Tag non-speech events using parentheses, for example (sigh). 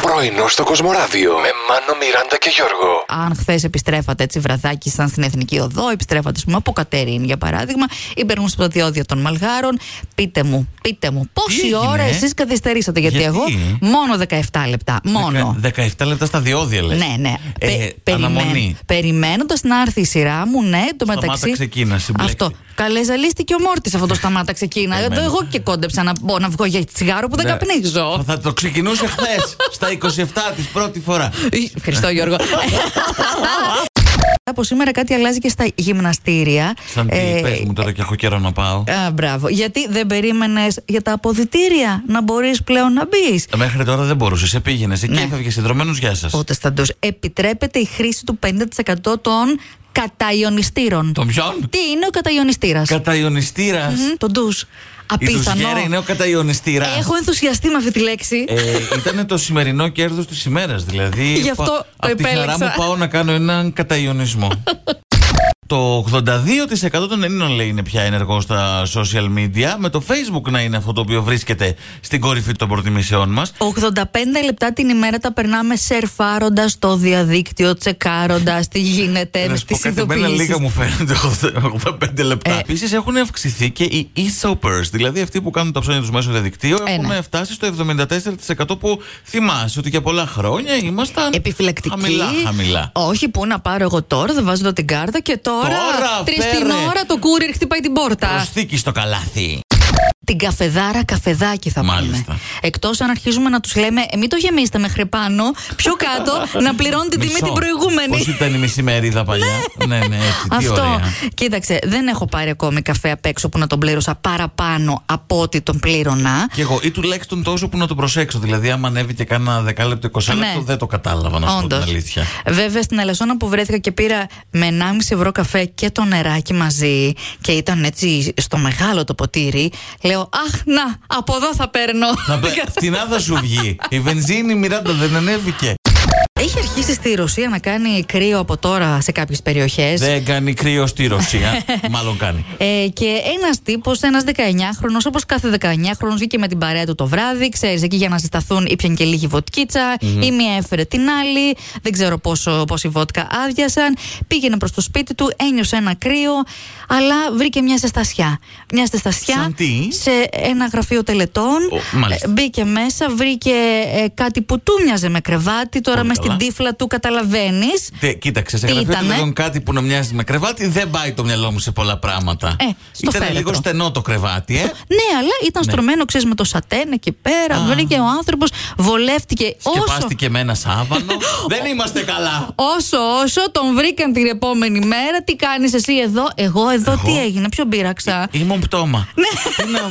Πρωινό στο Κοσμοράδιο με Μάνο, Μιράντα και Γιώργο. αν χθες επιστρέφατε έτσι βραδάκι, σαν στην Εθνική Οδό, επιστρέφατε πούμε, από Κατερίν για παράδειγμα, ή μπαίνουν στο διόδιο των Μαλγάρων, πείτε μου, πείτε μου, πόση έγινε? ώρα εσείς καθυστερήσατε, γιατί, Γιατί? εγώ μόνο 17 λεπτά. Μόνο. Δεκα- 17 λεπτά στα διόδια λες. Ναι, ναι. Ε, αναμονή. Περιμένοντας να έρθει η σειρά μου, ναι, το Σταμάτα μεταξύ. ξεκίνα, συμπλέκτη. Αυτό. Καλέ ζαλίστηκε ο Μόρτης αυτό το σταμάτα ξεκίνα. Εδώ εγώ και κόντεψα να, μπω, να βγω για τσιγάρο που δεν Ναι. καπνίζω. Θα- Θα το ξεκινούσε χθες, (laughs) στα 27 της πρώτη φορά. Ευχαριστώ Γιώργο. Από σήμερα κάτι αλλάζει και στα γυμναστήρια. Σαν τι, Ε, πες μου τώρα και έχω καιρό να πάω. Α, μπράβο. Γιατί δεν περίμενες για τα αποδητήρια να μπορείς πλέον να μπεις. Ε, Μέχρι τώρα δεν μπορούσες. Πήγαινες εκεί, Ναι. έφευγε συνδρομένος, γεια σας. Ούτε σταντό. Επιτρέπεται η χρήση του 50% των καταϊονιστήρων. Τον ποιον? Τι είναι ο καταϊονιστήρας. Καταϊονιστήρας. Το ντους. Η Απίθανο. Τουζιέρα είναι ο καταϊονιστήρας. Έχω ενθουσιαστεί με αυτή τη λέξη. Ε, ήταν το σημερινό κέρδος της ημέρας. Δηλαδή, Γι' αυτό το από τη χαρά επέλεξα. μου πάω να κάνω έναν (laughs) καταϊονισμό. το 82% των Ελλήνων λέει είναι πια ενεργό στα social media, με το Facebook να είναι αυτό το οποίο βρίσκεται στην κορυφή των προτιμήσεών μας. 85 λεπτά την ημέρα τα περνάμε σερφάροντας το διαδίκτυο, τσεκάροντας τι γίνεται, Να σου πω τις κάτι, εμένα λίγα ειδοποιήσεις. μου φαίνονται 85 λεπτά. Ε. Επίσης έχουν αυξηθεί και οι e-shoppers, δηλαδή αυτοί που κάνουν τα ψώνια τους μέσω διαδικτύου, Ε, έχουν ναι. φτάσει στο 74% που θυμάσαι ότι για πολλά χρόνια ήμασταν. Επιφυλακτική. Χαμηλά, χαμηλά. Όχι, πού να πάρω εγώ τώρα, δεν βάζω εδώ την κάρτα και τώρα. Τώρα, τρεις φέρε. την ώρα το κούριερ χτυπάει την πόρτα. Προσθήκη στο καλάθι. Την καφεδάρα καφεδάκι θα Μάλιστα. πούμε. Εκτός αν αρχίζουμε να τους λέμε, ε, μην το γεμίστε μέχρι πάνω, (laughs) πιο κάτω, να πληρώνει την τιμή Μισό. την προηγούμενη. Πώς ήταν η μεσημερίδα παλιά. ναι, ναι, έτσι. Τι Αυτό. ωραία. Κοίταξε, δεν έχω πάρει ακόμη καφέ απ' έξω που να τον πλήρωσα παραπάνω από ό,τι τον πλήρωνα. Και εγώ, ή τουλάχιστον τόσο που να το προσέξω. Δηλαδή, άμα ανέβει και κάνα δεκάλεπτο, εικοσάλεπτο, Ναι. δεν το κατάλαβα να σου πω την Όντως. (laughs) αλήθεια. Βέβαια στην Ελεσόνα που βρέθηκα και πήρα με 1,5 ευρώ καφέ και το νεράκι μαζί και ήταν έτσι στο μεγάλο το ποτήρι. Λέω, Αχ, να, από εδώ θα παίρνω. Να πε- (laughs) Φτηνά θα σου βγει. Η βενζίνη η Μιράντα δεν ανέβηκε. Έχει αρχίσει στη Ρωσία να κάνει κρύο από τώρα σε κάποιες περιοχές. Δεν κάνει κρύο στη (laughs) Ρωσία. Μάλλον κάνει. Ε, και ένας τύπος, ένας 19χρονο, όπως κάθε 19χρονο, βγήκε με την παρέα του το βράδυ, ξέρεις, εκεί για να συσταθούν ήπιαν και λίγη βοτκίτσα, η μία έφερε την άλλη, δεν ξέρω πόσο, πόση βότκα άδειασαν. Πήγαινε προς το σπίτι του, ένιωσε ένα κρύο, αλλά βρήκε μια ζεστασιά. Μια ζεστασιά Σαν τι? σε ένα γραφείο τελετών. Ω, μάλιστα. Ε, Μπήκε μέσα, βρήκε ε, κάτι που του μοιάζε με κρεβάτι, τώρα Πολύ μες στην καλά. τύφλα του καταλαβαίνεις. Τε, κοίταξε, σε Τι γραφείο ήτανε? τελετών κάτι που να μοιάζει με κρεβάτι δεν πάει το μυαλό μου σε πολλά πράγματα. Ε, στο Ήταν φέλετρο. λίγο στενό το κρεβάτι, ε. Ναι, αλλά ήταν στρωμένο, ξέρεις, με το σατέν εκεί πέρα. Βρήκε ο άνθρωπος, βολεύτηκε όσο. Σκεπάστηκε με ένα (laughs) σάβανο. δεν είμαστε καλά. Όσο, όσο τον βρήκαν την επόμενη μέρα, τι κάνεις εσύ εδώ, εγώ εδώ, τι έγινε, ποιον πείραξα. Ήμουν πτώμα. Τι να-